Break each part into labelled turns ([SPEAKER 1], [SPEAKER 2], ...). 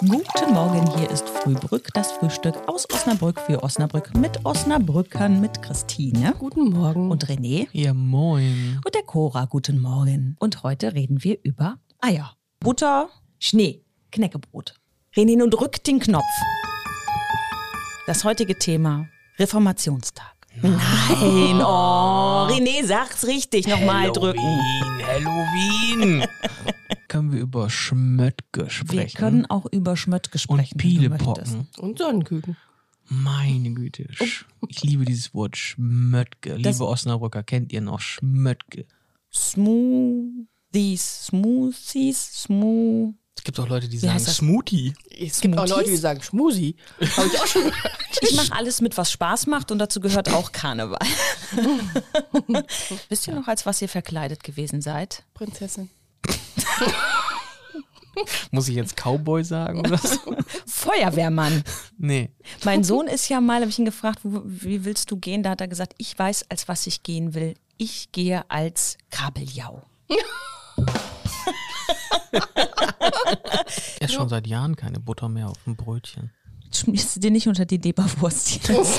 [SPEAKER 1] Guten Morgen, hier ist Frühbrück, das Frühstück aus Osnabrück für Osnabrück mit Osnabrückern, mit Christine
[SPEAKER 2] Guten Morgen.
[SPEAKER 1] und René
[SPEAKER 3] Ja, moin.
[SPEAKER 1] und der Cora. Guten Morgen. Und heute reden wir über Eier, Butter, Schnee, Knäckebrot. René, nun drückt den Knopf. Das heutige Thema Reformationstag. Nein, oh, René, sag's richtig, nochmal drücken.
[SPEAKER 3] Halloween, Halloween. können wir über Schmöttke sprechen?
[SPEAKER 1] Wir können auch über Schmöttke
[SPEAKER 3] und
[SPEAKER 1] sprechen. wenn du möchtest.
[SPEAKER 3] Pielepocken.
[SPEAKER 2] Und Sonnenküken.
[SPEAKER 3] Meine Güte. Sch ich liebe dieses Wort Schmöttke.
[SPEAKER 1] Das-
[SPEAKER 3] Liebe Osnabrücker, kennt ihr noch Schmöttke?
[SPEAKER 1] Smoothies, Smoothies, Smooth.
[SPEAKER 3] Es gibt auch Leute, die
[SPEAKER 1] heißt das?
[SPEAKER 3] Smoothie.
[SPEAKER 2] Es gibt auch
[SPEAKER 1] Smoothies?
[SPEAKER 2] Leute, die sagen Schmusi. Habe ich auch schon gehört.
[SPEAKER 1] Ich mache alles mit, was Spaß macht und dazu gehört auch Karneval. Wisst ihr noch, als was ihr verkleidet gewesen seid?
[SPEAKER 2] Prinzessin.
[SPEAKER 3] Muss ich jetzt Cowboy sagen oder so?
[SPEAKER 1] Feuerwehrmann.
[SPEAKER 3] nee.
[SPEAKER 1] Mein Sohn ist ja mal, habe ich ihn gefragt, wo, wie willst du gehen? Da hat er gesagt, ich weiß, als was ich gehen will. Ich gehe als Kabeljau.
[SPEAKER 3] Er ist schon seit Jahren keine Butter mehr auf dem Brötchen.
[SPEAKER 1] Schmierst du dir nicht unter die Leberwurst jetzt?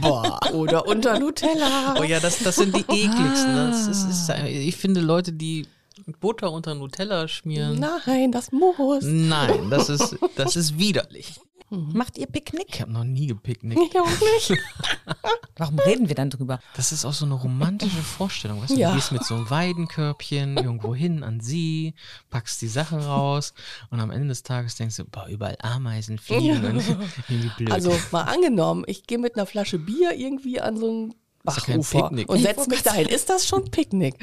[SPEAKER 3] Boah.
[SPEAKER 2] Oder unter Nutella.
[SPEAKER 3] Oh ja, das, das sind die ekligsten. ne? Das ist, ist, ich finde Leute, die Butter unter Nutella schmieren.
[SPEAKER 2] Nein, das Moos.
[SPEAKER 3] Nein, das ist, das ist widerlich.
[SPEAKER 1] Macht ihr Picknick?
[SPEAKER 3] Ich habe noch nie gepicknickt.
[SPEAKER 2] Ich auch nicht.
[SPEAKER 1] Warum reden wir dann drüber?
[SPEAKER 3] Das ist auch so eine romantische Vorstellung. Weißt du,
[SPEAKER 2] Ja.
[SPEAKER 3] du gehst mit so einem Weidenkörbchen irgendwo hin an sie, packst die Sachen raus und am Ende des Tages denkst du, boah, überall Ameisen fliegen und irgendwie blöd.
[SPEAKER 2] Also mal angenommen, ich gehe mit einer Flasche Bier irgendwie an so ein
[SPEAKER 3] Ist doch kein
[SPEAKER 2] Bachufer
[SPEAKER 3] Picknick.
[SPEAKER 2] und setze mich dahin. Ist das schon Picknick?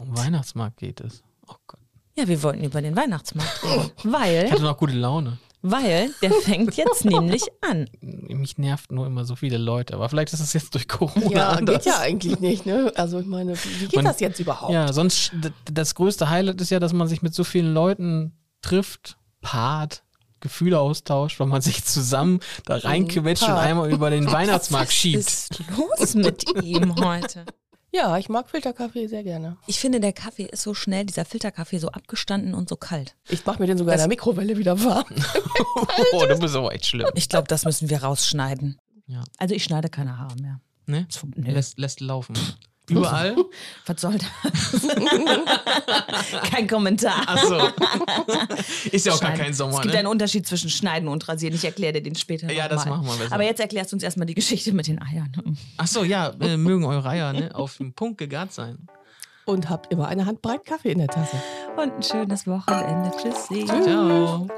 [SPEAKER 3] um Weihnachtsmarkt geht es. Oh Gott.
[SPEAKER 1] Ja, wir wollten über den Weihnachtsmarkt reden. Weil,
[SPEAKER 3] Ich hatte noch gute Laune.
[SPEAKER 1] weil der fängt jetzt nämlich an.
[SPEAKER 3] Mich nervt nur immer so viele Leute, aber vielleicht ist es jetzt durch Corona
[SPEAKER 2] Ja,
[SPEAKER 3] anders.
[SPEAKER 2] geht ja eigentlich nicht. Ne? Also ich meine, wie geht
[SPEAKER 3] Man-
[SPEAKER 2] das jetzt überhaupt?
[SPEAKER 3] Ja, sonst d- das größte Highlight ist ja, dass man sich mit so vielen Leuten trifft, paart, Gefühle austauscht, weil man sich zusammen da reinquetscht und
[SPEAKER 2] Paart.
[SPEAKER 3] einmal über den Weihnachtsmarkt schiebt.
[SPEAKER 1] Ist los mit ihm heute?
[SPEAKER 2] Ja, ich mag Filterkaffee sehr gerne.
[SPEAKER 1] Ich finde, der Kaffee ist so schnell, dieser Filterkaffee so abgestanden und so kalt.
[SPEAKER 2] Ich mache mir den sogar in der Mikrowelle wieder warm.
[SPEAKER 3] Oh, du bist aber echt schlimm.
[SPEAKER 1] Ich glaube, das müssen wir rausschneiden.
[SPEAKER 3] Ja.
[SPEAKER 1] Also ich schneide keine Haare mehr.
[SPEAKER 3] Ne?
[SPEAKER 1] Nee.
[SPEAKER 3] Lässt, lässt laufen. Überall?
[SPEAKER 1] Was soll das? Kein Kommentar.
[SPEAKER 3] Achso. Ist ja auch gar
[SPEAKER 1] Schneiden.
[SPEAKER 3] kein Sommer,
[SPEAKER 1] es gibt
[SPEAKER 3] ne?
[SPEAKER 1] einen Unterschied zwischen Schneiden und Rasieren. Ich erkläre dir den später.
[SPEAKER 3] Ja,
[SPEAKER 1] noch
[SPEAKER 3] das
[SPEAKER 1] mal.
[SPEAKER 3] machen wir besser.
[SPEAKER 1] Aber jetzt erklärst du uns erstmal die Geschichte mit den Eiern.
[SPEAKER 3] Achso, ja, äh, mögen eure Eier ne, auf den Punkt gegart sein.
[SPEAKER 2] Und habt immer eine Handbreit Kaffee in der Tasse.
[SPEAKER 1] Und ein schönes Wochenende. Tschüssi.
[SPEAKER 3] Ciao.